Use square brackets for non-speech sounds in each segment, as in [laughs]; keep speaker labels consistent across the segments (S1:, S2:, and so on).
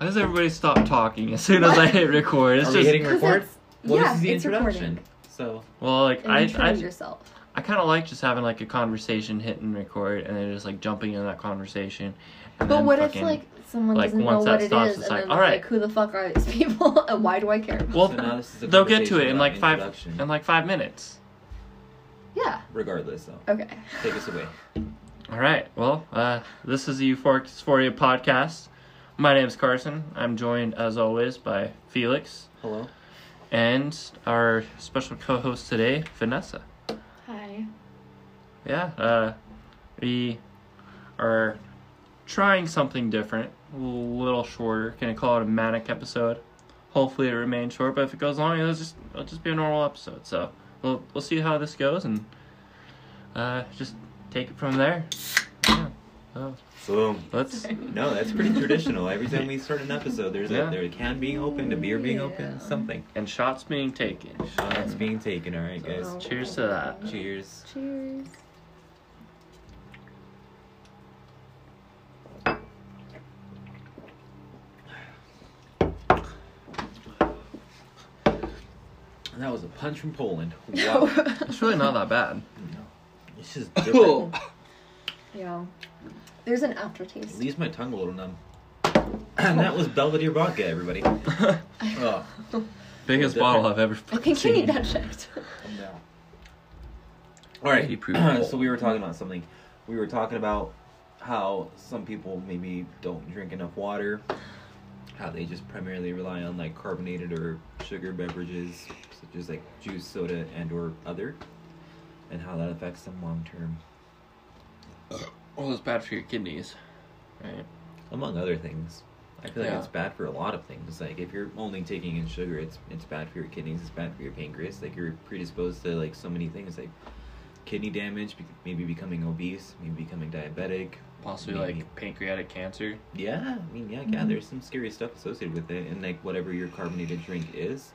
S1: does everybody stop talking as soon as I hit record? It's
S2: Are we
S1: just
S2: hitting
S3: 'Cause
S2: record?
S3: it's-
S2: Well,
S3: yeah,
S2: this is the
S3: it's
S2: introduction.
S3: recording.
S2: So
S1: well, like
S3: And
S1: I,
S3: you
S1: I,
S3: trained yourself.
S1: I kind of like just having like a conversation, hitting record, and then just like jumping in that conversation. and
S3: But
S1: then
S3: what
S1: fucking-
S3: if like someone
S1: like,
S3: doesn't know
S1: once that
S3: what it
S1: stops,
S3: is,
S1: it's
S3: and
S1: like,
S3: then
S1: all
S3: they're
S1: right.
S3: like, who the fuck are these [laughs] people, and why do I care?
S1: Well,
S2: so now this is a
S1: they'll get to
S2: conversation
S1: it in
S2: without
S1: like five
S2: introduction.
S1: in like five minutes.
S3: Yeah.
S2: Regardless, though,
S3: Okay.
S2: take us away.
S1: All right. Well, uh, this is the Euphoric Dysphoria podcast. My name's Carson. I'm joined as always by Felix
S2: Hello.
S1: and our special co-host today, Vanessa.
S3: Hi.
S1: Yeah, uh, we are trying something different, a little shorter. Gonna call it a manic episode. Hopefully, it remains short. But if it goes long, it'll just it'll just be a normal episode. So we'll we'll see how this goes and uh, just take it from there. Yeah. So
S2: Boom.
S1: let's
S2: No, that's pretty traditional. Every time we start an episode, there's
S1: Yeah.
S2: a there a can being opened, a beer being
S3: Yeah.
S2: opened, something.
S1: and shots being taken.
S2: Shots being taken. All right,
S1: So-
S2: guys.
S1: Cheers to that.
S2: Cheers.
S3: Cheers.
S2: That was a punch from
S3: [laughs]
S2: Poland. Wow.
S3: No.
S1: It's really not that [laughs] bad.
S2: This is different.
S3: yeah. There's an
S2: It
S3: aftertaste.
S2: leaves my tongue a little numb. [clears throat] And that was Belvedere
S3: [laughs]
S2: vodka, everybody. Oh,
S1: Biggest
S2: Different.
S1: bottle I've ever.
S3: I think we need that checked.
S2: calm down. All right.
S1: He
S2: [clears throat]
S1: proved it.
S2: so we were talking about something. We were talking about how some people maybe don't drink enough water. How they just primarily rely on like carbonated or sugar beverages, such as like juice, soda, and or other, and how that affects them long term,
S1: Well, it's bad for your kidneys. Right.
S2: among other things. I feel like
S1: Yeah.
S2: it's bad for a lot of things. Like if you're only taking in sugar, it's it's bad for your kidneys. It's bad for your pancreas. Like you're predisposed to like so many things, like kidney damage, be- maybe becoming obese, maybe becoming diabetic,
S1: Possibly
S2: Maybe.
S1: like pancreatic cancer.
S2: Yeah, I mean, yeah, yeah. There's some scary stuff associated with it, and like whatever your carbonated drink is,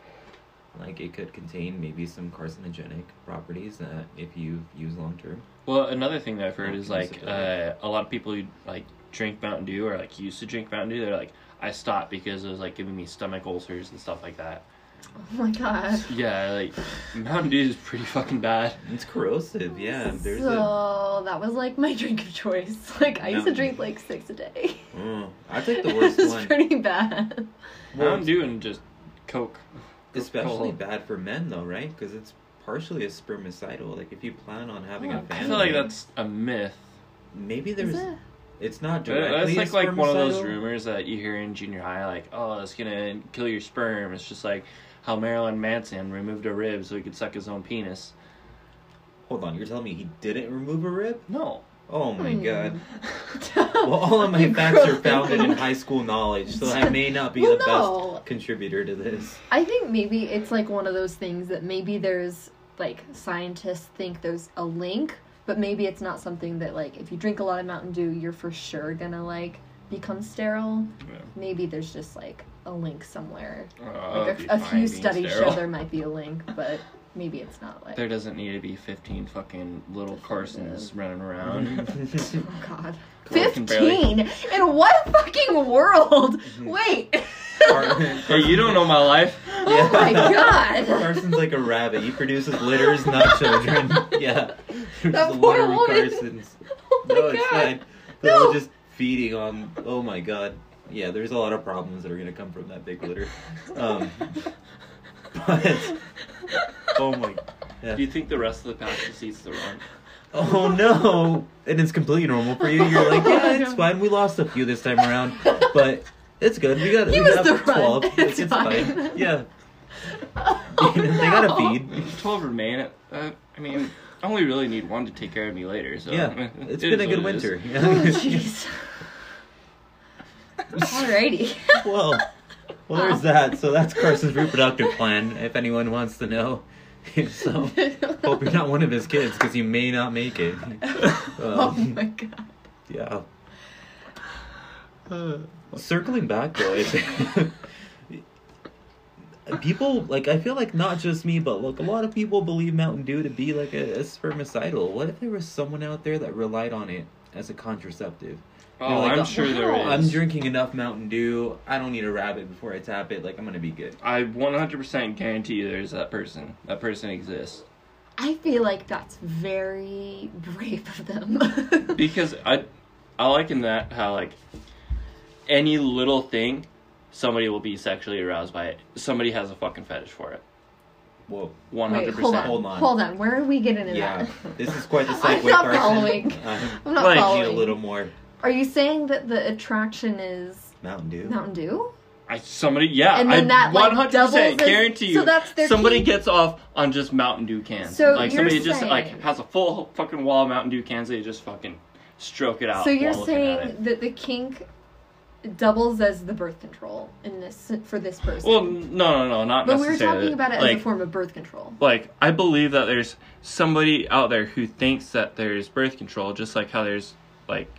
S2: like it could contain maybe some carcinogenic properties that if you use long term.
S1: Well, another thing that I've heard is
S2: Okay,
S1: like
S2: so
S1: uh,
S2: that-
S1: a lot of people who like drink Mountain Dew or like used to drink Mountain Dew, they're like, I stopped because it was like giving me stomach ulcers and stuff like that.
S3: [laughs] Oh my god.
S1: Yeah, like Mountain Dew is pretty fucking bad.
S2: It's corrosive. Yeah, there's a.
S3: so that was like my [laughs] drink of choice. [laughs] Like I used to
S2: Mountain
S3: drink
S2: Dew.
S3: like six a day.
S2: Mm, I take the worst
S3: [laughs] it's
S2: one.
S3: pretty bad.
S2: Well,
S1: Mountain Dew and just Coke.
S2: Especially
S1: Coca-Cola.
S2: bad for men though, right? Because it's partially a spermicidal. Like if you plan on having
S3: Oh,
S2: a
S3: I
S2: family,
S1: I feel like that's a myth.
S2: maybe
S3: Is
S2: there's.
S3: it?
S2: It's not
S1: That's
S2: directly.
S1: like
S2: a
S1: like one of those
S2: spermicidal.
S1: rumors that you hear in junior high, like, oh, it's gonna kill your sperm. It's just like how Marilyn Manson removed a rib so he could suck his own penis.
S2: Hold on, you're telling me he didn't remove a rib?
S1: No.
S2: Oh my
S3: Hmm.
S2: god. Well, all
S3: [laughs]
S2: of my facts are founded in high school knowledge, so I may not be
S3: Well,
S2: the
S3: no.
S2: best contributor
S1: [laughs]
S2: to this.
S3: I think maybe it's like one of those things that maybe there's like scientists think there's a link, but maybe it's not something that like if you drink a lot of Mountain Dew, you're for sure gonna like become sterile.
S1: Yeah.
S3: Maybe there's just like a link somewhere.
S1: Uh,
S3: Like
S1: it'd
S3: a, a
S1: be fine being
S3: few studies
S1: sterile.
S3: show there might be a link, but maybe it's not like.
S1: There doesn't need to be 15 fucking little Carsons running around.
S2: [laughs]
S1: [laughs]
S3: Oh God.
S1: I can barely- Mm-hmm.
S3: Fifteen? In what fucking world? Wait.
S1: hey, you don't know my
S2: [laughs]
S1: life.
S3: [laughs] oh my God.
S2: Carson's like a rabbit. He produces litters, not children. [laughs] Yeah. There's
S3: That
S2: the
S3: poor
S2: litter of
S3: woman.
S2: Carson's.
S3: Oh my
S2: [laughs] No,
S3: God.
S2: it's fine. They're all just feeding on. Oh my god. Yeah, there's a lot of problems that are gonna come from that big litter.
S3: [laughs]
S2: Um, but oh my.
S1: Do you think the rest of the passenger seats the wrong? [laughs]
S2: Oh no! And it's completely normal for you. You're
S3: [laughs]
S2: like,
S3: Oh my
S2: yeah, it's
S3: God.
S2: fine. We lost a few this time around, but it's good. We got
S3: He
S2: we
S3: was
S2: got
S3: the run.
S2: Like,
S3: It's
S2: It's,
S3: fine.
S2: fine. Yeah,
S3: [laughs] Oh,
S2: You know, [laughs] they got
S3: no.
S2: to feed.
S1: 12 remain. Uh, I mean, I only really need one to take care of me later. So [laughs]
S2: Yeah,
S1: it's
S2: it's been a good winter.
S3: Oh,
S2: [laughs]
S3: jeez. Alrighty.
S2: well, well, there's
S3: Oh.
S2: that. So that's Carson's reproductive plan. If anyone wants to know, [laughs] if so, hope you're not one of his kids because you may not make it.
S3: [laughs] oh
S2: Um,
S3: my god.
S2: Yeah. Circling back though, it's [laughs] people like I feel like not just me, but like a lot of people believe Mountain Dew to be like a, a spermicidal. What if there was someone out there that relied on it as a contraceptive.
S1: Oh,
S2: You're like,
S1: I'm
S2: "Oh,
S1: sure there
S3: wow,
S1: is.
S2: I'm drinking enough Mountain Dew. I don't need a rabbit before I tap it. Like I'm gonna be good.
S1: I 100% guarantee you there's that person. That person exists.
S3: I feel like that's very brave of them.
S1: Because I, I like in that how like any little thing, somebody will be sexually aroused by it. Somebody has a fucking fetish for it.
S2: Whoa.
S1: 100%.
S3: Wait, hold on,
S2: Hold on.
S3: hold on. Where are we getting into
S2: Yeah,
S3: that?
S2: this is
S3: [laughs]
S2: quite the segue
S3: I'm not
S2: person.
S3: following.
S2: [laughs] I
S3: I'm not
S1: Like, you
S2: need a
S3: following.
S2: little more
S3: Are you saying that the attraction is
S2: Mountain Dew.
S3: Mountain Dew?
S1: I, somebody, yeah,
S3: And then
S1: I
S3: that, like,
S1: 100%
S3: doubles as-
S1: guarantee you.
S3: so that's their
S1: somebody
S3: key.
S1: gets off on just Mountain Dew cans.
S3: So
S1: like
S3: you're
S1: somebody just like
S3: saying-
S1: has a full fucking wall of Mountain Dew cans. They just fucking stroke it out.
S3: So you're
S1: while looking at it.
S3: saying that the kink doubles as the birth control in this for this person.
S1: Well, no, no, no, not
S3: but we were
S1: necessarily.
S3: talking about it
S1: like,
S3: as a form of birth control.
S1: like I believe that there's somebody out there who thinks that there's birth control, just like how there's like,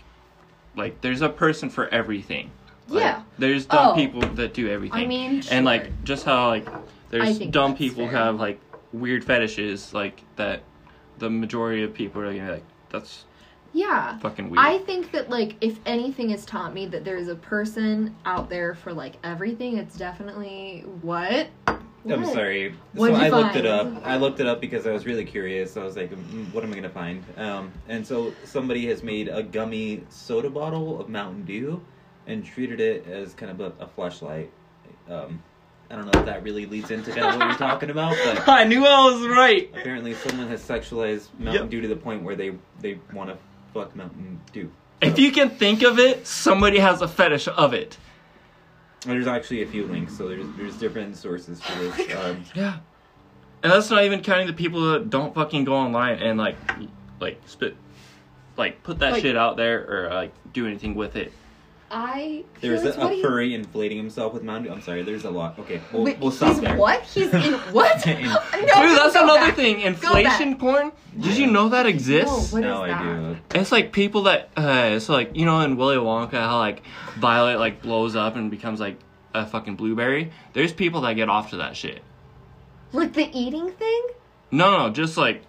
S1: like there's a person for everything. Like,
S3: Yeah.
S1: there's dumb
S3: Oh.
S1: people that do everything.
S3: I mean,
S1: and
S3: sure.
S1: like just how like
S3: I
S1: there's
S3: think
S1: dumb
S3: that's
S1: people who
S3: fair.
S1: have like weird fetishes, like that. The majority of people are gonna be like, that's
S3: Yeah.
S1: fucking weird.
S3: I think that like if anything has taught me that there is a person out there for like everything, it's definitely what.
S2: I'm
S3: What?
S2: sorry.
S3: What'd
S2: so
S3: you
S2: I looked it
S3: find?
S2: up. I looked it up because I was really curious. I was like, mm, what am I going to find? Um, and so somebody has made a gummy soda bottle of Mountain Dew and treated it as kind of a, a flashlight. Um, I don't know if that really leads into kind of what we're talking about,
S1: [laughs]
S2: but
S1: I knew I was right.
S2: apparently someone has sexualized Mountain
S1: Yep.
S2: Dew to the point where they, they want to fuck Mountain Dew.
S1: If you can think of it, somebody has a fetish of it.
S2: There's actually a few links, so there's there's different sources for
S3: Oh
S2: this. Um,
S1: Yeah. And that's not even counting the people that don't fucking go online and like like spit like put that
S3: Like-
S1: shit out there or uh, like do anything with it.
S3: I
S2: there's a,
S3: Felix, what do
S2: a
S3: you-
S2: furry inflating himself with Mountain Dew. I'm sorry, there's a lot. Okay, we'll,
S3: Wait,
S2: we'll stop
S3: he's
S2: there.
S3: What?
S1: [laughs]
S3: He's in what? [laughs]
S2: In-
S3: No,
S1: Dude, that's
S3: go
S1: another
S3: back.
S1: thing. Inflation porn? Did you
S2: Yeah.
S1: know that exists?
S3: No, what-
S2: no,
S3: is
S2: I do.
S1: It's like people that uh it's like you know in Willy Wonka how like Violet like blows up and becomes like a fucking blueberry. There's people that get off to that shit.
S3: Like the eating thing?
S1: No, no, just like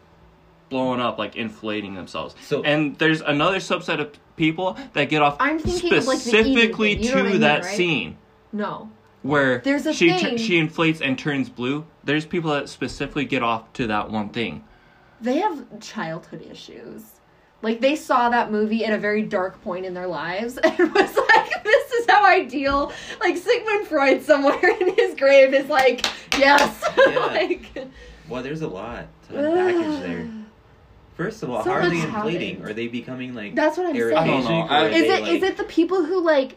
S1: blowing up, like inflating themselves.
S2: So-
S1: and there's another subset of people that get off
S3: I'm thinking of, like, the eating
S1: specifically
S3: thing, you know
S1: to
S3: what I mean,
S1: that
S3: right?
S1: scene
S3: No.
S1: where
S3: There's a
S1: she
S3: thing.
S1: she inflates and turns blue. There's people that specifically get off to that one thing.
S3: They have childhood issues. Like they saw that movie at a very dark point in their lives [laughs] and was like, This is how I deal. Like Sigmund Freud somewhere [laughs] in his grave is like, Yes. [laughs]
S2: Yeah.
S3: like
S2: Well, there's a lot to unpackage there. First of all,
S3: So
S2: how are they
S3: much
S2: inflating?
S3: happened.
S2: Are they becoming like?
S3: That's what I'm saying.
S1: I don't
S2: Arabic
S1: know.
S2: or
S1: I-
S2: are
S3: Is
S2: they,
S3: it is
S2: like-
S3: it the people who like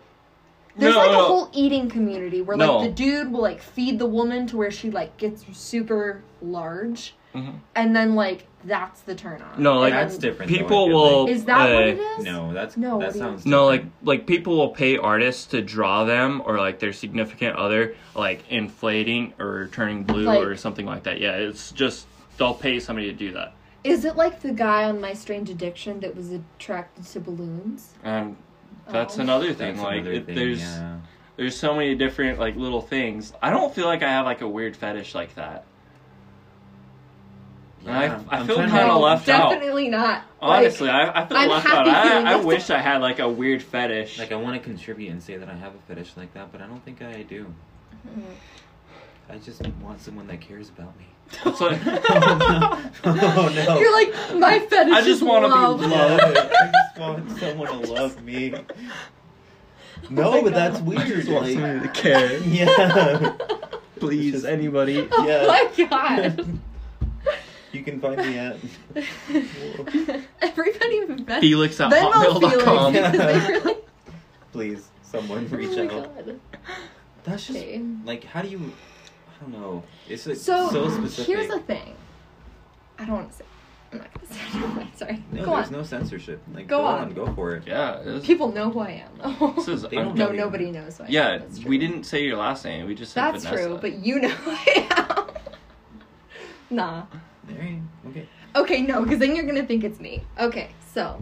S3: there's
S1: No,
S3: like
S1: no.
S3: a whole eating community where
S1: No.
S3: like the dude will like feed the woman to where she like gets super large
S1: Mhm.
S3: and then like that's the turn on.
S1: No, like
S2: That's different. though, I
S1: people
S2: feel
S1: will.
S3: Is that what
S1: uh,
S3: it is?
S2: like. No, that's
S3: No, what
S2: That
S3: do you-
S2: sounds
S1: No, like
S2: different.
S1: like people will pay artists to draw them or like their significant other like inflating or turning blue
S3: Like-
S1: or something like that. Yeah, it's just they'll pay somebody to do that.
S3: Is it like the guy on My Strange Addiction that was attracted to balloons?
S1: Um, that's
S3: Oh.
S1: another thing.
S2: That's
S1: like
S2: another
S1: it,
S2: thing,
S1: there's
S2: yeah.
S1: there's so many different like little things. I don't feel like I have like a weird fetish like that. I-
S2: Yeah,
S1: I
S2: I'm
S1: feel
S2: trying to-
S1: kinda
S3: No,
S1: left out.
S3: Definitely not.
S1: Honestly,
S3: Like,
S1: I, I feel
S3: I'm
S1: left out.
S3: happy feeling
S1: I, I
S3: left
S1: wish I had like a weird fetish.
S2: Like I want to contribute and say that I have a fetish like that, but I don't think I do. I just want someone that cares about
S3: [laughs]
S2: me.
S1: [laughs]
S2: [laughs]
S1: It's like-
S2: oh no! [laughs] Oh, no.
S3: you're like my fetish.
S1: I just
S3: is
S1: wanna be
S3: love.
S1: loved.
S3: [laughs]
S2: I just want someone to love me. No,
S3: Oh my God.
S2: but that's weird. like-
S1: care.
S2: [laughs] yeah.
S1: Please,
S2: Just-
S1: anybody.
S3: [laughs] Oh
S2: Yeah.
S3: my god.
S2: [laughs]
S3: [laughs]
S2: You can find me at.
S3: Everybody met
S1: Felix at hotmail.com.
S2: Felix.
S3: Because [laughs] they
S2: [laughs]
S3: really
S2: Please, someone
S3: oh
S2: reach
S3: my
S2: out.
S3: God.
S2: That's just
S3: Okay.
S2: like how do you? I don't know. It's like, so,
S3: So,
S2: specific.
S3: here's the thing. I don't want to say. I'm not gonna say. it. [laughs] Sorry.
S2: no,
S3: Go
S2: there's
S3: on.
S2: no censorship. Like
S3: Go
S2: go,
S3: on.
S2: on. go for it.
S1: Yeah. This,
S3: People know who I am. though.
S1: this is.
S2: They don't
S1: I'm-
S3: no, nobody knows who I am.
S1: yeah,
S3: That's
S1: we
S3: true.
S1: didn't say your last name. We just said
S3: That's
S1: Vanessa.
S3: true, but you know who I am. [laughs] nah.
S2: All right. Okay.
S3: Okay, no, because then you're gonna think it's me. Okay, so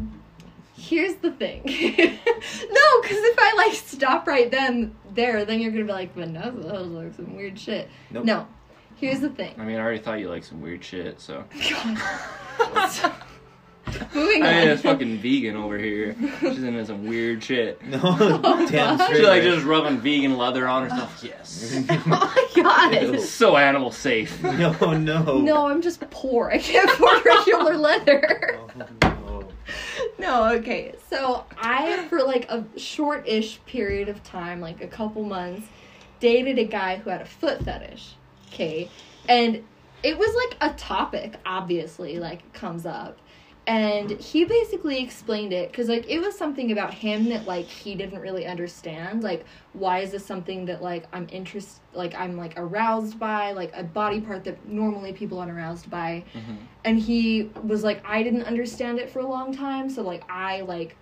S3: here's the thing. [laughs] no, because if I like stop right then there, then you're gonna be like Vanessa that was like some weird shit.
S2: Nope.
S3: No, here's the thing.
S1: [laughs] I mean, I already thought you liked some weird shit, so.
S3: God. [laughs] Moving
S1: I
S3: on.
S1: mean, it's fucking vegan over
S3: [laughs]
S1: here. She's into some weird shit.
S2: No, [laughs]
S3: Oh,
S2: damn
S3: God.
S2: straight.
S1: She like
S2: right?
S1: just rubbing vegan leather on
S3: [laughs]
S1: herself.
S2: [laughs]
S1: Yes.
S3: [laughs] oh my god.
S1: It's so animal [laughs] safe.
S2: no, no. [laughs]
S3: No, I'm just poor. I can't afford
S1: [laughs]
S3: regular leather.
S2: Oh, no.
S3: [laughs] No, okay. So I, for like a short-ish period of time, like a couple months, dated a guy who had a foot fetish. Okay, and it was like a topic, obviously, like comes up, and he basically explained it because like it was something about him that like he didn't really understand. Like, why is this something that like I'm interested, like I'm like aroused by, like a body part that normally people aren't aroused by
S1: Mm-hmm.
S3: and he was like i didn't understand it for a long time so like i like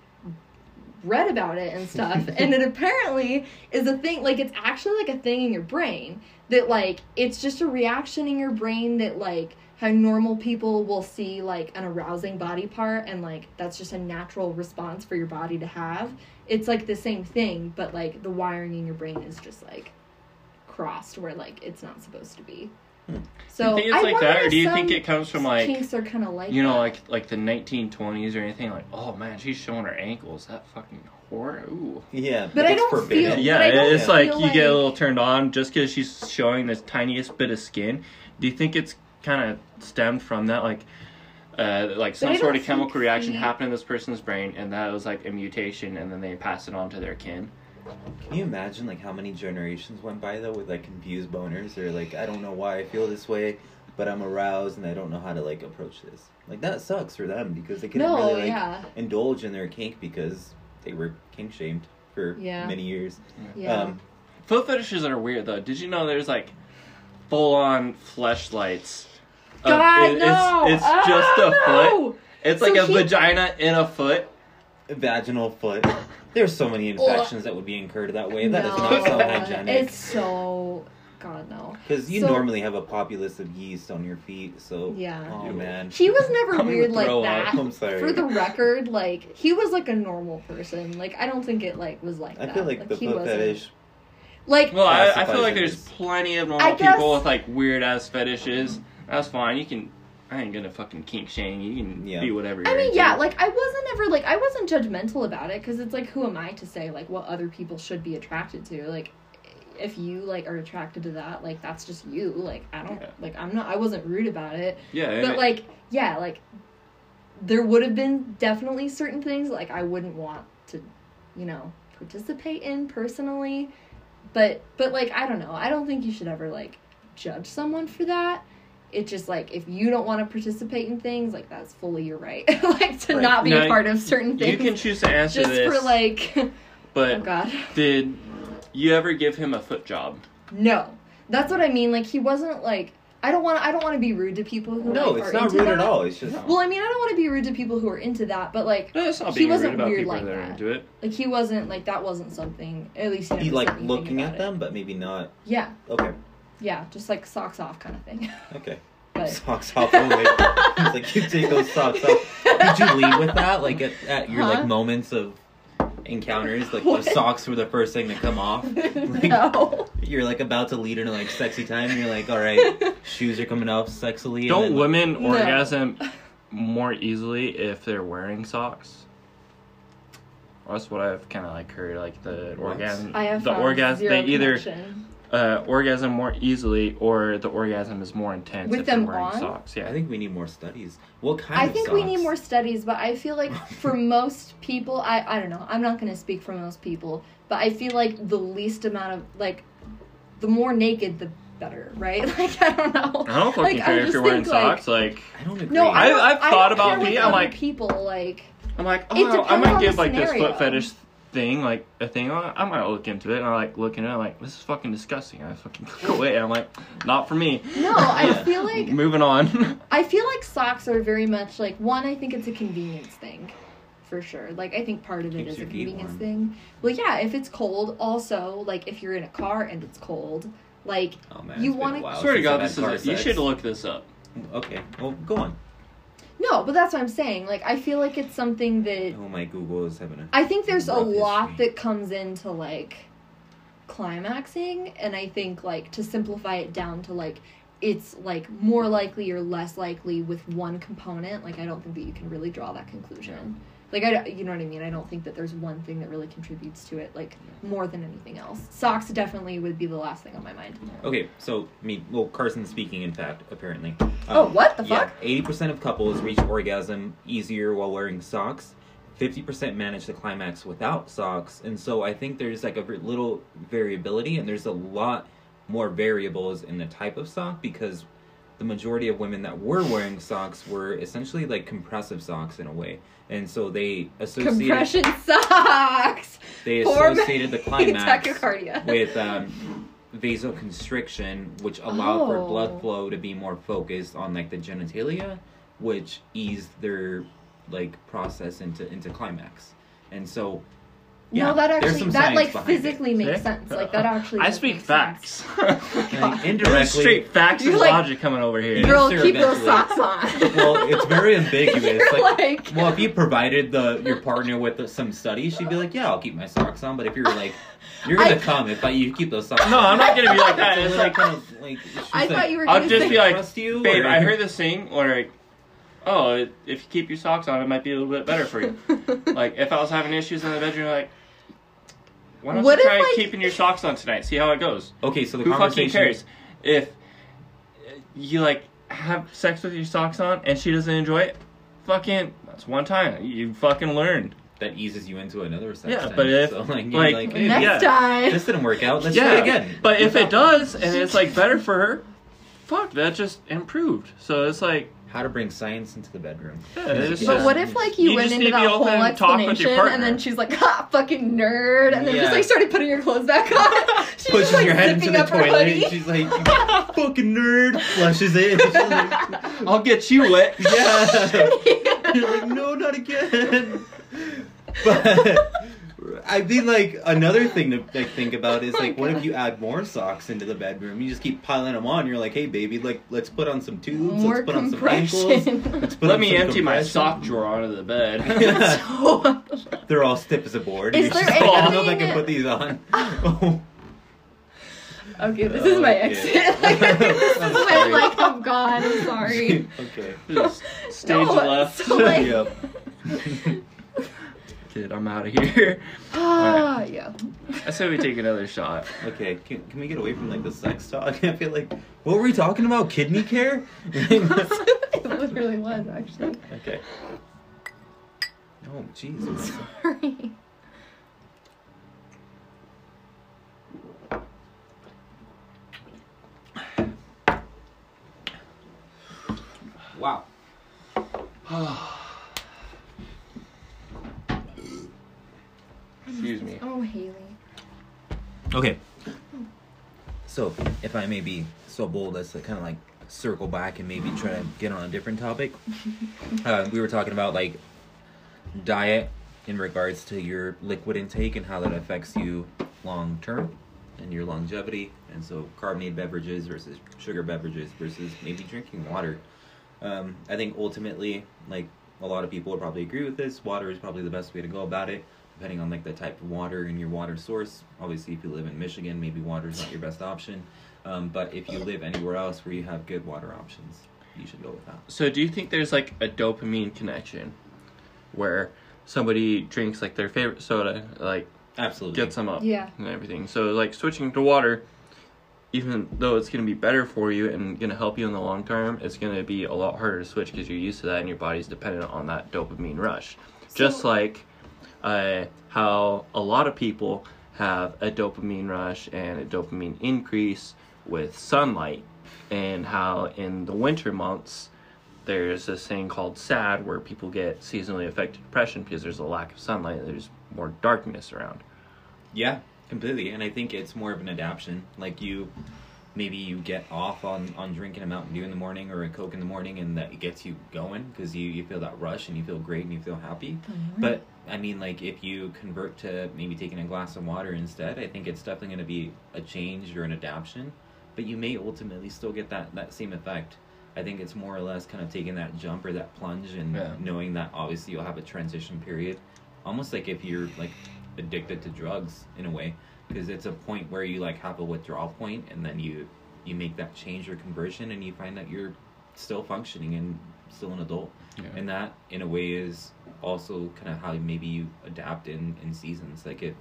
S3: read about it and stuff
S1: [laughs]
S3: and it apparently is a thing like it's actually like a thing in your brain that like it's just a reaction in your brain that like how normal people will see like an arousing body part and like that's just a natural response for your body to have it's like the same thing but like the wiring in your brain is just like crossed where like it's not supposed to be so
S1: do Hmm. you think
S3: I
S1: it's like that,
S3: wonder
S1: or do you
S3: if
S1: think
S3: some-
S1: it comes from like
S3: kinks are kind of like
S1: you
S3: that.
S1: know like like the 1920s or anything? Like, oh man, she's showing her ankles. That fucking horror. Ooh.
S2: Yeah,
S3: But I
S2: it's
S3: don't
S2: forbidden.
S3: feel-
S1: Yeah,
S3: But I don't
S1: it's like
S3: feel
S1: you get a
S3: like-
S1: little turned on just because she's showing the tiniest bit of skin. Do you think it's kind of stemmed from that, like, uh, like
S3: I
S1: some
S3: don't
S1: sort of
S3: think
S1: chemical reaction
S3: he-
S1: happened in this person's brain, and that was like a mutation, and then they pass it on to their kin?
S2: Can you imagine like how many generations went by though with like confused boners? They're like, I don't know why I feel this way, but I'm aroused and I don't know how to like approach this. Like that sucks for them because they couldn't
S3: no,
S2: really like um,
S3: yeah,
S2: indulge in their kink because they were kink shamed for
S3: Yeah.
S2: many years.
S3: yeah.
S2: Um,
S1: Foot fetishes are weird though. Did you know there's like full on fleshlights? of- Oh,
S3: God,
S1: it- it's,
S3: no!
S1: It's just a foot.
S3: oh,
S1: It's
S3: So
S1: like a
S3: he-
S1: vagina in a foot.
S2: vaginal foot. There's so many infections that would be incurred that way. That
S3: no.
S2: does not sound hygienic.
S3: It's so God no.
S2: Because you
S3: so-
S2: normally have a populace of yeast on your feet, so
S3: Yeah.
S2: Oh
S1: Ew.
S2: man,
S3: He was never
S1: I'm gonna
S3: weird like
S1: throw
S3: that.
S1: up.
S2: [laughs] I'm sorry.
S3: For the record, like he was like a normal person. Like I don't think it like was like
S2: I
S3: that.
S2: feel like, the
S3: he
S2: foot
S3: wasn't.
S2: fetish.
S3: Like
S1: Well, I, I feel
S2: classifies
S1: like
S2: it
S1: there's
S2: as-
S1: plenty of
S3: I
S1: normal
S3: guess-
S1: people with like weird ass fetishes. That's fine. You can. I ain't gonna fucking kink shame you. You can
S2: Yeah.
S1: be whatever. You're
S3: I mean,
S1: into.
S3: yeah, like I wasn't ever like I wasn't judgmental about it because it's like who am I to say like what other people should be attracted to? Like if you like are attracted to that, like that's just you. Like I don't
S1: Yeah.
S3: like I'm not I wasn't rude about it.
S1: yeah. and
S3: But
S1: it-
S3: like yeah, like there would have been definitely certain things like I wouldn't want to, you know, participate in personally. But but like I don't know. I don't think you should ever like judge someone for that. It just like if you don't want to participate in things, like that's fully your right. [laughs] like to
S2: Right.
S3: not be
S1: Now,
S3: a part of certain
S1: you
S3: things.
S1: can choose to answer
S3: just
S1: this,
S3: for like [laughs] oh
S1: but
S3: god.
S1: did you ever give him a foot job?
S3: No. That's what I mean. Like he wasn't like I don't want to I don't want to be rude to people who
S2: No,
S3: like,
S2: it's
S3: are
S2: not
S3: into
S2: rude at
S3: that.
S2: all. It's just
S1: No.
S3: Well, I mean, I don't want to be rude to people who are into that, but like,
S1: No, it's not
S3: He
S1: being
S3: wasn't
S1: rude about
S3: weird
S1: people
S3: like
S1: that are
S3: that.
S1: into it.
S3: like he wasn't like that wasn't something. At least he,
S2: he
S3: never said
S2: like
S3: anything
S2: looking
S3: about
S2: at
S3: it.
S2: them, but maybe not.
S3: Yeah,
S2: Okay,
S3: yeah, just like socks off kind of thing. [laughs]
S2: okay.
S3: But [laughs]
S2: Socks off only. it's like you take those socks off. Did you lead with that? Like at, at your
S3: Huh?
S2: like moments of encounters, like
S3: What?
S2: the socks were the first thing to come off.
S3: [laughs]
S2: Like,
S3: no,
S2: You're like about to lead into like sexy time. And you're like,
S3: [laughs]
S2: all right, shoes are coming off sexily. and
S1: Don't
S2: then-
S1: women
S3: No.
S1: orgasm more easily if they're wearing socks? That's what I've kind of like heard. Like the
S2: What?
S1: orgasm,
S3: I have
S1: the
S3: found
S1: orgasm.
S3: zero
S1: They either
S3: connection.
S1: uh, orgasm more easily or the orgasm is more intense
S3: With
S1: if they're
S3: them
S1: wearing
S3: on?
S1: socks.
S2: I
S1: Yeah.
S2: think we need more studies. What kind?
S3: I
S2: of
S3: think
S2: socks?
S3: we need more studies, but I feel
S2: [laughs]
S3: like for most people, I I don't know. I'm not going to speak for most people, but I feel like the least amount of like, the more naked, the better, right? [laughs] Like I don't know.
S1: I don't fucking
S3: Like, I
S1: care if
S3: just
S1: you're wearing
S3: think, like-
S1: socks. Like,
S2: I don't agree. Oh,
S3: No, I
S1: I've-
S3: don't-
S1: I've
S3: I
S1: thought
S3: don't
S1: about
S3: care
S1: me,
S3: with
S1: I'm
S3: other
S1: like-
S3: people like
S1: I'm like,
S3: It
S1: oh, I
S3: depends on
S1: might
S3: the
S1: give like this
S3: scenario.
S1: foot fetish thing, like a thing. on. I might look into it, and I like looking at, it, I'm like, this is fucking disgusting. I fucking [laughs] click away. And I'm like, not for me.
S3: No, I
S2: Yeah.
S3: feel like
S1: Moving on. [laughs]
S3: I feel like socks are very much like one. I think it's a convenience thing, for sure. Like I think part of it
S2: Keeps
S3: is a
S2: your feet
S3: convenience
S2: warm.
S3: thing. Well, yeah, if it's cold, also like if you're in a car and it's cold, like
S2: Oh, man,
S3: You
S2: it's been a
S3: wanna-
S2: while
S1: I swear to
S2: since
S1: God,
S2: I've had
S1: this is
S2: car
S1: it. You
S2: sex.
S1: should look this up.
S2: Okay, well, go on.
S3: no, but that's what I'm saying. Like I feel like it's something that
S2: Oh my Google is having a.
S3: I think there's a
S2: Rough
S3: lot
S2: history.
S3: that comes into like climaxing, and I think like to simplify it down to like it's like more likely or less likely with one component like i don't think that you can really draw that conclusion like i don't- you know what i mean i don't think that there's one thing that really contributes to it like more than anything else socks definitely would be the last thing on my mind
S2: Okay, so me, well, Carson speaking, in fact, apparently. Um,
S3: Oh, what the fuck?
S2: Eighty percent of couples reach orgasm easier while wearing socks. Fifty percent manage the climax without socks, and so I think there's like a ver- little variability, and there's a lot more variables in the type of sock because the majority of women that were wearing socks were essentially like compressive socks in a way, and so they associated
S3: compression socks
S2: they
S3: for [laughs]
S2: associated the
S3: me-
S2: climax
S3: tachycardia
S2: with um, vasoconstriction, which allowed for
S3: Oh.
S2: blood flow to be more focused on like the genitalia, which eased their like process into into climax. And so, yeah,
S3: no that
S2: there's
S3: actually
S2: some
S3: that
S2: science
S3: like
S2: behind it.
S3: physically makes
S1: See?
S3: sense like that actually
S1: I
S3: does
S1: speak
S3: make sense.
S1: facts. [laughs]
S3: [laughs]
S1: This
S2: Like,
S1: is
S2: indirectly,
S1: straight facts
S3: You're
S1: and
S3: like-
S1: logic coming over here.
S2: You're-
S3: girl
S2: Sure,
S3: keep those
S2: eventually.
S3: socks on
S2: [laughs] well, it's
S3: [laughs]
S2: very ambiguous.
S3: You're
S2: Like,
S3: like-
S2: well, if you provided the your partner with the, some studies, she'd be like, "Yeah, I'll keep my socks on." But if
S3: [laughs]
S2: you're like, "You're gonna
S3: I-
S2: come if I, you keep those
S1: [laughs]
S2: socks,"
S1: No,
S2: on.
S1: I'm not gonna be like that.
S3: [laughs]
S2: It's
S1: It's
S2: really
S1: like,
S2: kind of like. she's
S3: i
S2: like,
S3: thought you were
S1: I'll
S3: gonna
S1: just
S3: say
S1: be like,
S2: trust you,
S1: babe,
S2: or-
S1: I heard this thing, or like, oh, if you keep your socks on, it might be a little bit better for you.
S3: [laughs]
S1: like, if I was having issues in the bedroom, like, why don't
S3: What
S1: you
S3: if,
S1: try
S3: like-
S1: keeping your socks on tonight? See how it goes.
S2: Okay, so the
S1: Who fucking
S2: conversation.
S1: cares? If uh, you like have sex with your socks on and she doesn't enjoy it, fucking that's one time you fucking learned.
S2: that eases you into another sex.
S1: Yeah,
S2: time.
S1: but if-
S2: so, like, you're
S1: like,
S2: like, hey,
S3: next
S1: yeah.
S3: time
S2: this didn't work out. Let's
S1: yeah,
S2: try again.
S1: But if
S2: No
S1: it
S2: problem.
S1: does and it's like better for her, fuck, that just improved. So it's like
S2: how to bring science into the bedroom?
S1: Yeah, it's
S3: But
S1: Yeah.
S3: what if like you,
S1: You
S3: went
S1: just
S3: into
S1: need to be
S3: that whole
S1: open and talk with your
S3: explanation
S1: partner.
S3: and then she's like, ha, fucking nerd, and then
S2: Yeah.
S3: just like started putting your clothes back on. [laughs] she's
S2: pushes
S3: just, like,
S2: your head into
S3: zipping
S2: the
S3: up her
S2: toilet?
S3: hoodie.
S2: And
S3: [laughs]
S2: she's like, [laughs] "You [laughs] fucking nerd. Flushes it. She's like,
S1: I'll get you [laughs] wet.
S2: yeah.
S3: [laughs]
S2: You're like, no, not again. But I mean, like another thing to like think about is
S3: Oh my
S2: like, what if
S3: God.
S2: you add more socks into the bedroom? You just keep piling them on. You're like, hey, baby, like let's put on some tubes.
S3: More
S2: let's put on some
S3: [laughs]
S2: ankles.
S3: compression.
S2: Let's put
S1: Let
S2: on
S1: me
S2: some
S1: empty my
S2: compression."
S1: sock drawer onto the bed.
S2: [laughs]
S1: [laughs]
S3: so,
S2: They're all stiff as a board.
S3: Is
S2: You're
S3: there
S2: just like, I don't know if I
S3: anything- Ah.
S2: can put
S3: [laughs]
S2: these on. [laughs] Oh,
S3: okay, this is my
S2: Okay.
S3: exit. [laughs] Like, this
S1: [laughs]
S3: is
S2: I'm
S3: my
S2: sorry.
S3: like, oh god, I'm sorry.
S2: [laughs] okay.
S1: Just [laughs] stage
S3: [laughs] No,
S1: left.
S3: so, like-
S2: Yep.
S1: [laughs] Kid, I'm out of here.
S3: [laughs]
S1: [laughs]
S3: Ah, yeah.
S1: I say we take
S3: [laughs]
S1: another shot.
S2: Okay. Can, can we get away from like the sex talk? [laughs] I feel like what were we talking about? Kidney care? [laughs] okay.
S3: it literally was actually.
S2: Oh, jeez.
S3: Sorry.
S2: Wow.
S1: Excuse me.
S3: Oh, Haley.
S2: Okay. So, if I may be so bold as to kind of like circle back and maybe try to get on a different topic, uh, we were talking about like diet in regards to your liquid intake and how that affects you long term and your longevity. And so, carbonated beverages versus sugar beverages versus maybe drinking water. Um, I think ultimately, like a lot of people would probably agree with this, water is probably the best way to go about it, depending on like the type of water and your water source. Obviously, if you live in Michigan, maybe water is not your best option. Um, but if you live anywhere else where you have good water options, you should go with that.
S1: So do you think there's like a dopamine connection where somebody drinks like their favorite soda, like
S2: Absolutely.
S1: gets them up
S3: Yeah.
S1: and everything. So like switching to water, even though it's gonna be better for you and gonna help you in the long term, it's gonna be a lot harder to switch because you're used to that and your body's dependent on that dopamine rush. Just
S3: So-
S1: like uh, how a lot of people have a dopamine rush and a dopamine increase with sunlight, and how in the winter months there's this thing called SAD where people get seasonally affected depression because there's a lack of sunlight, there's more darkness around.
S2: Yeah, completely. And I think it's more of an adaption. Like you, maybe you get off on on drinking a Mountain Dew in the morning or a Coke in the morning, and that gets you going because you you feel that rush and you feel great and you feel happy. But I mean, like if you convert to maybe taking a glass of water instead, I think it's definitely going to be a change or an adaption. But you may ultimately still get that that same effect. I think it's more or less kind of taking that jump or that plunge and
S1: Yeah.
S2: knowing that obviously you'll have a transition period, almost like if you're like addicted to drugs in a way because it's a point where you like have a withdrawal point and then you you make that change or conversion and you find that you're still functioning and still an adult
S4: Yeah.
S2: and that in a way is also kind of how maybe you adapt in in seasons like if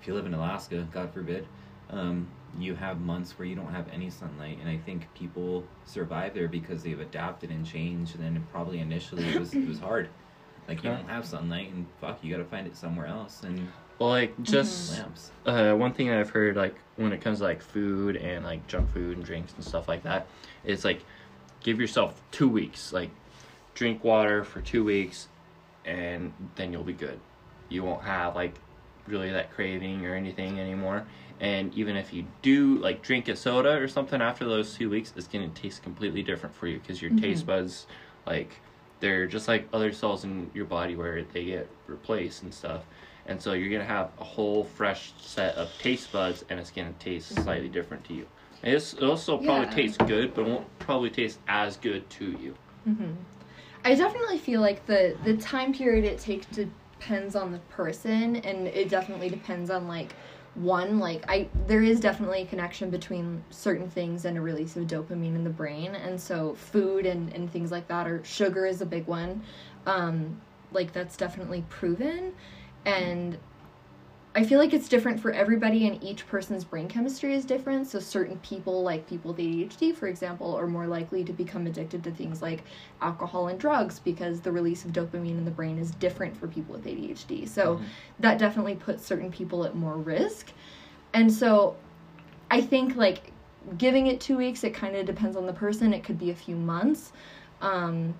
S2: if you live in alaska god forbid um you have months where you don't have any sunlight and i think people survive there because they've adapted and changed and then probably initially it was it was hard like you
S1: Yeah.
S2: don't have sunlight and fuck you gotta find it somewhere else and
S1: Well, like just
S2: lamps
S1: uh, one thing that I've heard, like when it comes to like food and like junk food and drinks and stuff like that, it's like give yourself two weeks. Like drink water for two weeks, and then you'll be good. You won't have like really that craving or anything anymore. And even if you do like drink a soda or something after those two weeks, it's gonna taste completely different for you because your taste buds, like they're just like other cells in your body where they get replaced and stuff. And so you're gonna have a whole fresh set of taste buds, and it's gonna taste slightly different to you. And it's, it'll still probably
S3: Yeah.
S1: taste good, but it won't probably taste as good to you.
S3: Mm-hmm. I definitely feel like the the time period it takes depends on the person, and it definitely depends on like one like I there is definitely a connection between certain things and a release of dopamine in the brain, and so food and and things like that or sugar is a big one. Um, like that's definitely proven, and. I feel like it's different for everybody, and each person's brain chemistry is different. So, certain people, like people with ADHD, for example, are more likely to become addicted to things like alcohol and drugs because the release of dopamine in the brain is different for people with ADHD. So that definitely puts certain people at more risk. And so I think like giving it 2 weeks it kind of depends on the person. It could be a few months. Um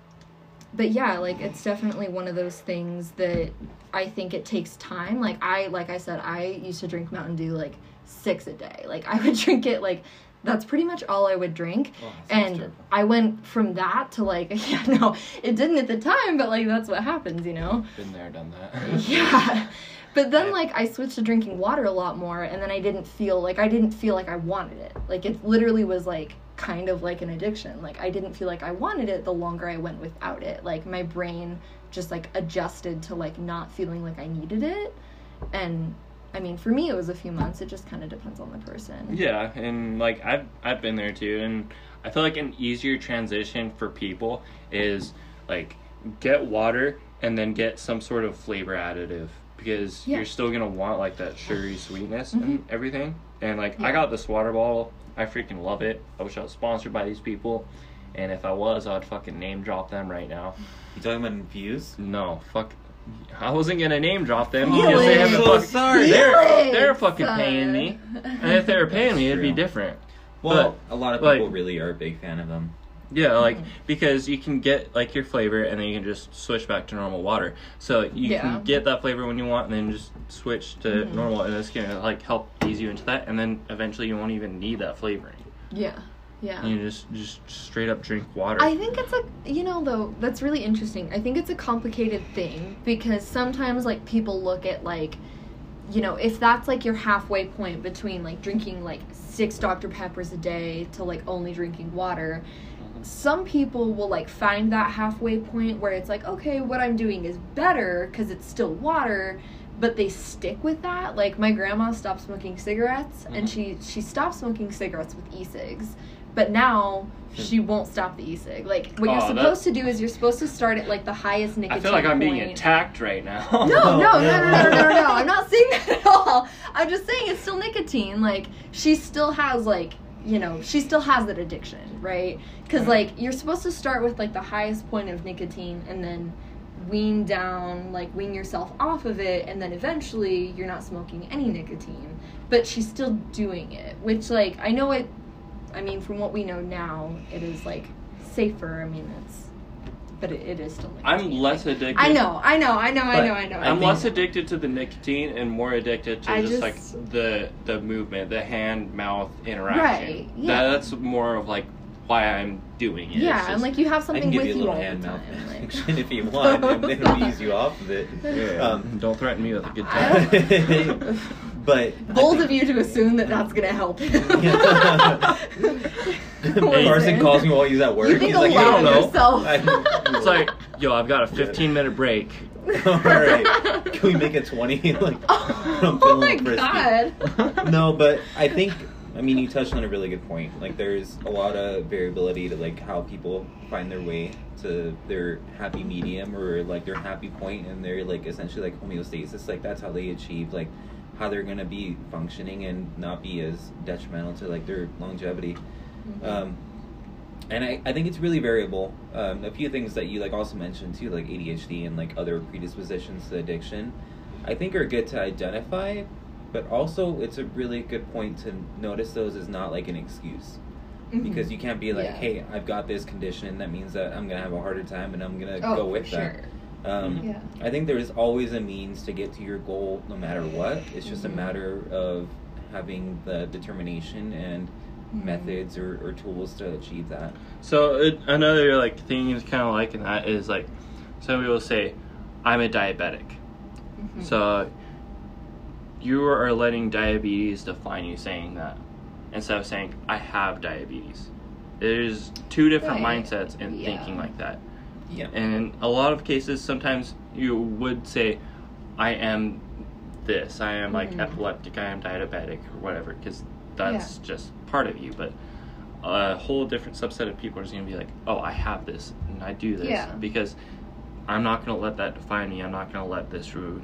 S3: but yeah, like it's definitely one of those things that I think it takes time. Like I like I said I used to drink Mountain Dew like 6 a day. Like I would [laughs] drink it like that's pretty much all I would drink
S2: Oh, that sounds
S3: and
S2: terrible.
S3: I went from that to like, [laughs] yeah, no, it didn't at the time, but like that's what happens, you know?
S1: Been there, done that. [laughs]
S3: [laughs] Yeah. But then like I switched to drinking water a lot more, and then I didn't feel like I didn't feel like I wanted it. Like it literally was like kind of like an addiction. Like I didn't feel like I wanted it the longer I went without it. Like my brain just like adjusted to like not feeling like I needed it, and. I mean, for me, it was a few months. It just kind of depends on the person.
S1: Yeah, and like I've I've been there too, and I feel like an easier transition for people is like get water and then get some sort of flavor additive because
S3: Yeah. Mm-hmm.
S1: you're still gonna want like that sugary sweetness and everything. And like I
S3: Yeah.
S1: got this water bottle, I freaking love it. I wish I was sponsored by these people, and if I was, I'd fucking name drop them right now.
S2: you talking about infused
S1: No, fuck. I wasn't gonna name drop them
S3: Feel
S1: because they
S3: it.
S1: haven't
S3: So
S1: fucking.
S2: sorry.
S1: They're,
S3: Feel
S1: they're
S3: it,
S1: fucking paying
S3: son.
S1: me,
S3: [laughs]
S1: and if they were paying me, it'd be
S2: True.
S1: different.
S2: well
S1: But,
S2: a lot of
S1: like-
S2: people really are a big fan of them
S1: Yeah, like
S3: Mm-hmm.
S1: because you can get like your flavor and then you can just switch back to normal water. So you
S3: Yeah. Mm-hmm.
S1: can get that flavor when you want and then just switch to normal and it's gonna like help ease you into that and then eventually you won't even need that flavoring.
S3: Yeah. Yeah.
S1: You just just straight up drink water.
S3: I think it's a you know though that's really interesting. I think it's a complicated thing because sometimes like people look at like you know if that's like your halfway point between like drinking like six Dr Peppers a day to like only drinking water. Some people will like find that halfway point where it's like okay what I'm doing is better because it's still water but they stick with that like my grandma stopped smoking cigarettes and
S1: Mm-hmm.
S3: she she stopped smoking cigarettes with e-cigs but now she won't stop the e-cig like what you're
S1: Hmm. Aw, that-
S3: supposed to do is you're supposed to start at like the highest
S1: I
S3: nicotine
S1: feel like I'm being
S3: point.
S1: attacked right now.
S3: no, no,
S2: Oh,
S3: no, no,
S2: yeah.
S3: no, no,
S1: [laughs]
S3: no, no. I'm not saying that at all. I'm just saying it's still nicotine. Like, she still has, like, you know, she still has that addiction, right? Because, like, you're supposed to start with, like, the highest point of nicotine and then wean down, like, wean yourself off of it, and then eventually you're not smoking any nicotine. But she's still doing it, which, like, I know it, I mean, from what we know now, it is, like, safer. I mean, it's, but it, it is still nicotine.
S1: I'm less addicted.
S3: I know, I know, I know, I
S1: but
S3: know, I know.
S1: I'm
S3: I
S1: less
S3: think-
S1: addicted to the nicotine and more addicted to
S3: I
S1: just, like
S3: just-
S1: the the movement, the hand mouth interaction.
S3: Right, yeah.
S1: That, that's more of like why I'm doing it. It's
S3: Yeah,
S1: just-
S3: and like you have something
S2: I can give
S3: with
S2: you a
S3: you,
S2: little
S3: all
S2: hand
S3: the
S2: mouth
S3: time. Like,
S2: action [laughs] if you want, and then
S3: [laughs]
S2: it'll ease you off of it. Um,
S1: Don't threaten me with a good
S3: I
S1: time. [laughs]
S3: don't-
S2: [laughs]
S3: [laughs]
S2: but
S3: Bold of you to assume that that's gonna
S2: [laughs]
S3: help.
S2: Carson calls me while he's at work.
S3: You think
S2: he's
S3: a
S2: like,
S3: lot
S2: I
S3: of
S2: don't know.
S3: yourself.
S2: I'm-
S1: It's like, yo, I've got a 15 minute break.
S2: [laughs] all right, can we make it twenty? [laughs] like,
S3: [laughs] Oh,
S2: I'm
S3: my
S2: feeling [laughs] frisky.
S3: god.
S2: no, but I think I mean, you touched on a really good point. Like, there's a lot of variability to like how people find their way to their happy medium or like their happy point, and they're like essentially like homeostasis. Like, that's how they achieve like how they're gonna be functioning and not be as detrimental to like their longevity. Um, and I, I think it's really variable. Um, a few things that you like also mentioned too, like ADHD and like other predispositions to addiction, I think are good to identify, but also it's a really good point to notice those as not like an excuse.
S3: Mm-hmm.
S2: Because you can't be like,
S3: Yeah.
S2: hey, I've got this condition. That means that I'm gonna have a harder time, and I'm gonna
S3: oh,
S2: go with
S3: for
S2: that.
S3: sure. Mm-hmm.
S2: Um,
S3: Yeah.
S2: I think there is always a means to get to your goal no matter what. It's just a
S3: Mhm.
S2: matter of having the determination and
S3: Mhm.
S2: methods or, or tools to achieve that.
S1: So it, another like thing is kind of like in that is like some people say, "I'm a diabetic,"
S3: Mhm.
S1: so you are letting diabetes define you saying that instead of saying "I have diabetes." There's two different
S3: Right.
S1: mindsets in
S3: Yeah.
S1: thinking like that,
S2: Yeah.
S1: and in a lot of cases, sometimes you would say, "I am this," "I am like
S3: Mhm.
S1: epileptic," "I am diabetic," or whatever, because that's just part of you, but a whole different subset of people is going to be like, oh, I have this and I do this
S3: Yeah.
S1: because I'm not going to let that define me. I'm not going to let this rule,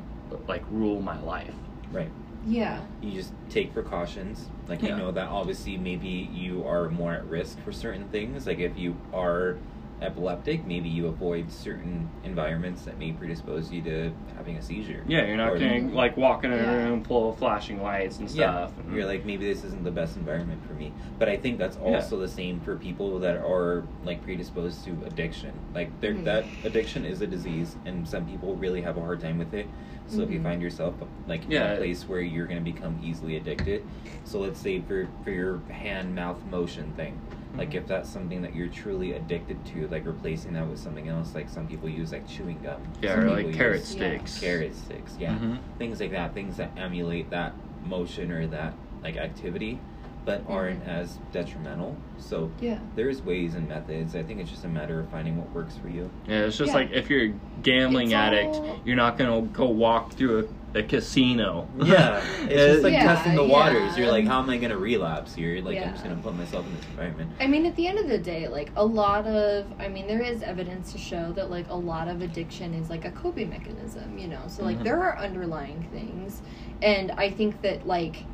S1: like rule my life.
S2: Right.
S3: yeah.
S2: You just take precautions. Like you
S1: Yeah.
S2: know that obviously maybe you are more at risk for certain things. Like if you are epileptic, maybe you avoid certain environments that may predispose you to having a seizure.
S1: Yeah, you're not
S2: Or-
S1: going to like walk in a
S3: Yeah.
S1: room full of flashing lights and
S2: Yeah,
S1: stuff. and-
S2: you're like maybe this isn't the best environment for me, but I think that's
S1: Yeah.
S2: also the same for people that are like predisposed to addiction. Like they're
S3: Mm.
S2: that addiction is a disease, and some people really have a hard time with it. So if you
S3: Mhm.
S2: find yourself like in
S1: Yeah.
S2: a place where you're going to become easily addicted, so let's say for for your hand mouth motion thing, like
S1: Mhm.
S2: if that's something that you're truly addicted to, like replacing that with something else, like some people use like chewing gum,
S1: yeah,
S2: some
S1: or
S2: people
S1: like
S2: use
S1: carrot
S3: yeah.
S1: sticks.
S2: carrot sticks, yeah
S1: Mhm.
S2: things like that, things that emulate that motion or that like activity, but aren't
S3: Mhm.
S2: as detrimental. So
S3: Yeah.
S2: there's ways and methods. I think it's just a matter of finding what works for you.
S1: Yeah, it's just
S3: Yeah.
S1: like if you're a gambling
S3: It's
S1: addict,
S3: all-
S1: you're not going to go walk through a, a casino. [laughs]
S2: Yeah, [laughs] it's just like
S3: Yeah,
S2: testing the waters.
S3: yeah.
S2: You're like, how am I gonna relapse here? Like I'm just
S3: Yeah.
S2: gonna put myself in this environment.
S3: I mean, at the end of the day, like a lot of, I mean, there is evidence to show that like a lot of addiction is like a coping mechanism, you know? So, like,
S1: Mhm.
S3: there are underlying things. And I think that, like,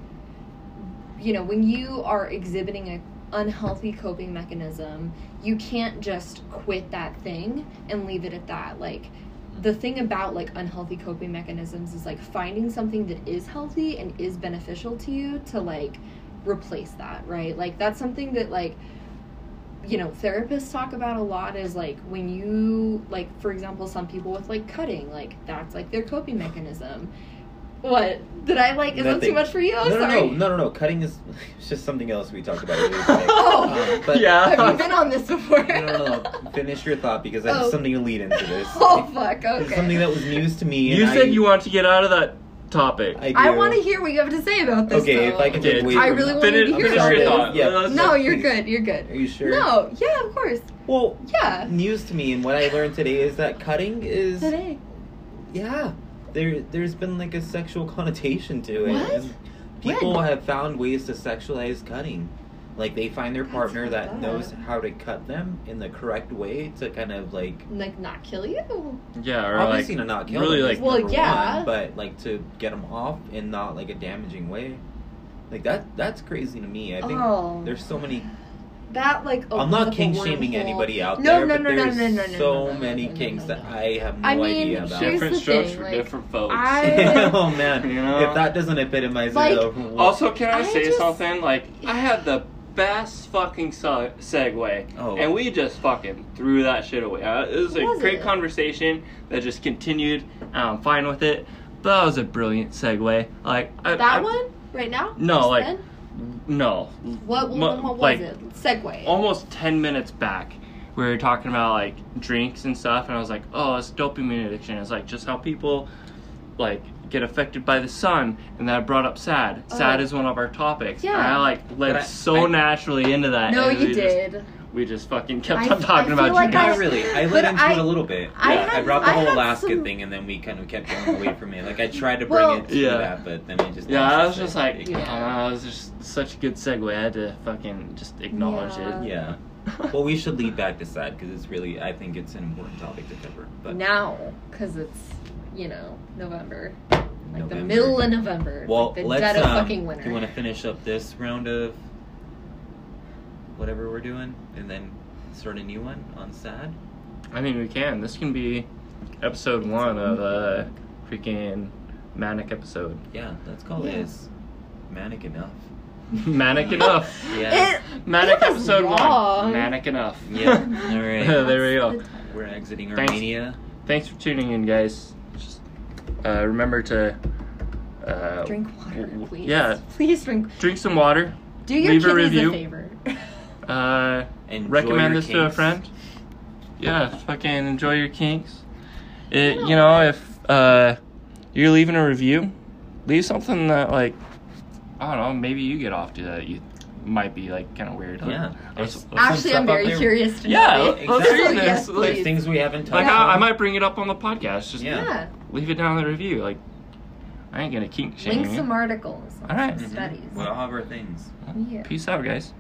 S3: you know, when you are exhibiting a unhealthy coping mechanism, you can't just quit that thing and leave it at that. Like, the thing about like unhealthy coping mechanisms is like finding something that is healthy and is beneficial to you to like replace that, right? Like that's something that like you know, therapists talk about a lot is like when you like for example some people with like cutting, like that's like their coping mechanism. What? Did I like is that too
S2: Nothing.
S3: much for you?
S2: no, no,
S3: Sorry.
S2: no, no, no, no. Cutting is [laughs] it's just something else we talked about. Really quick.
S3: [laughs] Oh.
S2: Um, but
S1: Yeah.
S3: Have you been on this before?
S2: No, no,
S3: [laughs]
S2: no. Finish your thought because I have
S3: Oh.
S2: something to lead into this.
S3: [laughs] oh fuck,
S2: It's
S3: okay.
S2: something that was news to
S1: [laughs]
S2: me.
S1: You
S2: and
S1: said
S2: I,
S1: you wanted to get out of that topic.
S2: I,
S3: I
S2: do.
S3: want to hear what you have to say about this.
S2: Okay, if
S3: though.
S2: I can
S1: Okay,
S2: take away
S1: I
S2: from
S3: really
S2: that.
S3: wanted to
S1: finish
S3: hear
S1: finish
S3: about
S1: your
S3: it.
S1: thought.
S2: Yeah.
S1: Let's-
S3: No, you're
S2: please.
S3: good. You're good.
S2: Are you sure?
S3: No, yeah, of course.
S2: Well,
S3: Yeah.
S2: news to me, and what I learned today is that cutting is
S3: Today.
S2: yeah. There, there's been like a sexual connotation to it.
S3: What?
S2: and People
S3: When?
S2: have found ways to sexualize cutting. Like they find their
S3: That's
S2: partner
S3: fucked
S2: that
S3: up.
S2: knows how to cut them in the correct way to kind of like
S3: Like, not kill you?
S1: yeah, or like,
S2: obviously to not kill
S1: really
S2: them.
S1: like,
S2: that's
S3: Well,
S2: number
S3: yeah.
S2: one, but like to get them off in not like a damaging way. Like that, that's crazy to me. I think
S3: Oh.
S2: there's so many
S3: That, like, opens
S2: I'm
S3: up
S2: not
S3: a
S2: king shaming
S3: wormhole.
S2: anybody out
S3: No,
S2: there,
S3: no,
S2: but
S3: no, no,
S2: there's
S3: no, no, no,
S2: so
S3: no, no, no,
S2: many
S3: no, no,
S2: kings
S3: no.
S2: that I have no
S3: I mean,
S2: idea about.
S3: here's
S1: different
S3: the
S1: strokes
S3: thing,
S1: for
S3: like,
S1: different folks.
S3: I- [laughs]
S2: [laughs] oh man,
S1: You know?
S2: if that doesn't epitomize
S3: Like-
S2: it, though, what-
S1: Also, can I,
S3: I
S1: say
S3: just-
S1: something? Like, I had the best fucking se- segue,
S2: Oh.
S1: and we just fucking threw that shit away. Uh, it was a
S3: Was
S1: great
S3: it?
S1: conversation that just continued. and I'm fine with it. But that was a brilliant segue. Like I,
S3: That
S1: I-
S3: one? Right now?
S1: No,
S3: Just
S1: like,
S3: then?
S1: No,
S3: What, what,
S1: Mo-
S3: what was
S1: like,
S3: it? Segway.
S1: almost ten minutes back. We were talking about like drinks and stuff, and I was like, "Oh, it's dopamine addiction." It's like just how people like get affected by the sun, and that brought up sad. Sad
S3: Oh.
S1: is one of our topics.
S3: Yeah.
S1: And I like led
S2: But I-
S1: so
S2: I-
S1: naturally into that.
S3: no,
S1: and
S3: you
S1: we just-
S3: did.
S1: we just fucking kept
S3: I-
S1: on talking
S3: I
S1: about
S3: feel
S1: you
S3: like
S1: guys.
S2: Not really. I
S3: But
S2: led into
S3: I-
S2: it a little bit.
S3: I
S2: yeah, I
S3: had-
S2: brought the
S3: I
S2: whole
S3: had
S2: Alaska
S3: some-
S2: thing, and then we kind of kept going
S3: [laughs]
S2: away from it. Like I tried to bring
S3: Well-
S2: it to
S1: Yeah.
S2: that, but then I just
S1: yeah, I was just like,
S3: Yeah.
S1: "Ah, it was just such a good segue. I had to fucking just acknowledge
S3: Yeah.
S1: it.
S2: yeah.
S1: [laughs]
S2: Well, we should leave back this side because it's really, I think it's an important topic to cover. But
S3: now because it's you know November, like the
S2: November.
S3: middle of November,
S2: Well,
S3: like the
S2: let's.
S3: dead of
S2: um,
S3: fucking winter.
S2: Do you want to finish up this round of whatever we're doing, and then start a new one on sad?
S1: I mean, we can. This can be episode one of a freaking manic episode.
S2: Yeah, let's call
S3: Yeah.
S2: this manic enough. [laughs]
S1: manic enough.
S2: Yeah.
S3: It-
S1: Manic
S3: that was
S1: episode
S3: wrong.
S1: one.
S2: [laughs]
S1: Manic enough.
S2: Yeah, all right.
S1: [laughs] there we go.
S3: That's the-
S2: We're exiting
S1: Thanks.
S2: Armenia.
S1: Thanks for tuning in, guys. Just uh, remember to uh,
S3: Drink water,
S1: w-
S3: please.
S1: Yeah,
S3: [laughs] Please drink.
S1: drink some water.
S3: Do your
S1: Leave a
S3: kiddies
S1: review. [laughs]
S3: a favor.
S1: Uh,
S2: Enjoy
S1: recommend
S2: your
S1: this to a
S2: kinks.
S1: friend. Yeah, fucking enjoy your kinks. It,
S3: Yeah.
S1: you know, if uh, you're leaving a review, leave something that like I don't know. Maybe you get off to that. You might be like kind of weird.
S2: Yeah.
S1: Or s- or some
S3: Actually,
S1: stuff
S3: I'm
S1: out
S3: very
S1: there.
S3: curious to know.
S1: Yeah,
S3: it.
S1: let's
S3: [laughs]
S2: Exactly.
S1: do
S3: Yes,
S1: this. like,
S3: please.
S2: Like things we haven't touched
S1: Oh, like
S3: Yeah.
S1: I, I
S2: on.
S1: might bring it up on the podcast. Just
S2: Yeah.
S3: Yeah.
S1: leave it down in the review. Like, I ain't gonna kink shame
S3: Link
S1: you.
S3: some articles.
S1: All right.
S3: Some
S2: Mhm.
S3: studies.
S2: We'll have our things.
S3: Yeah.
S1: Peace out, guys.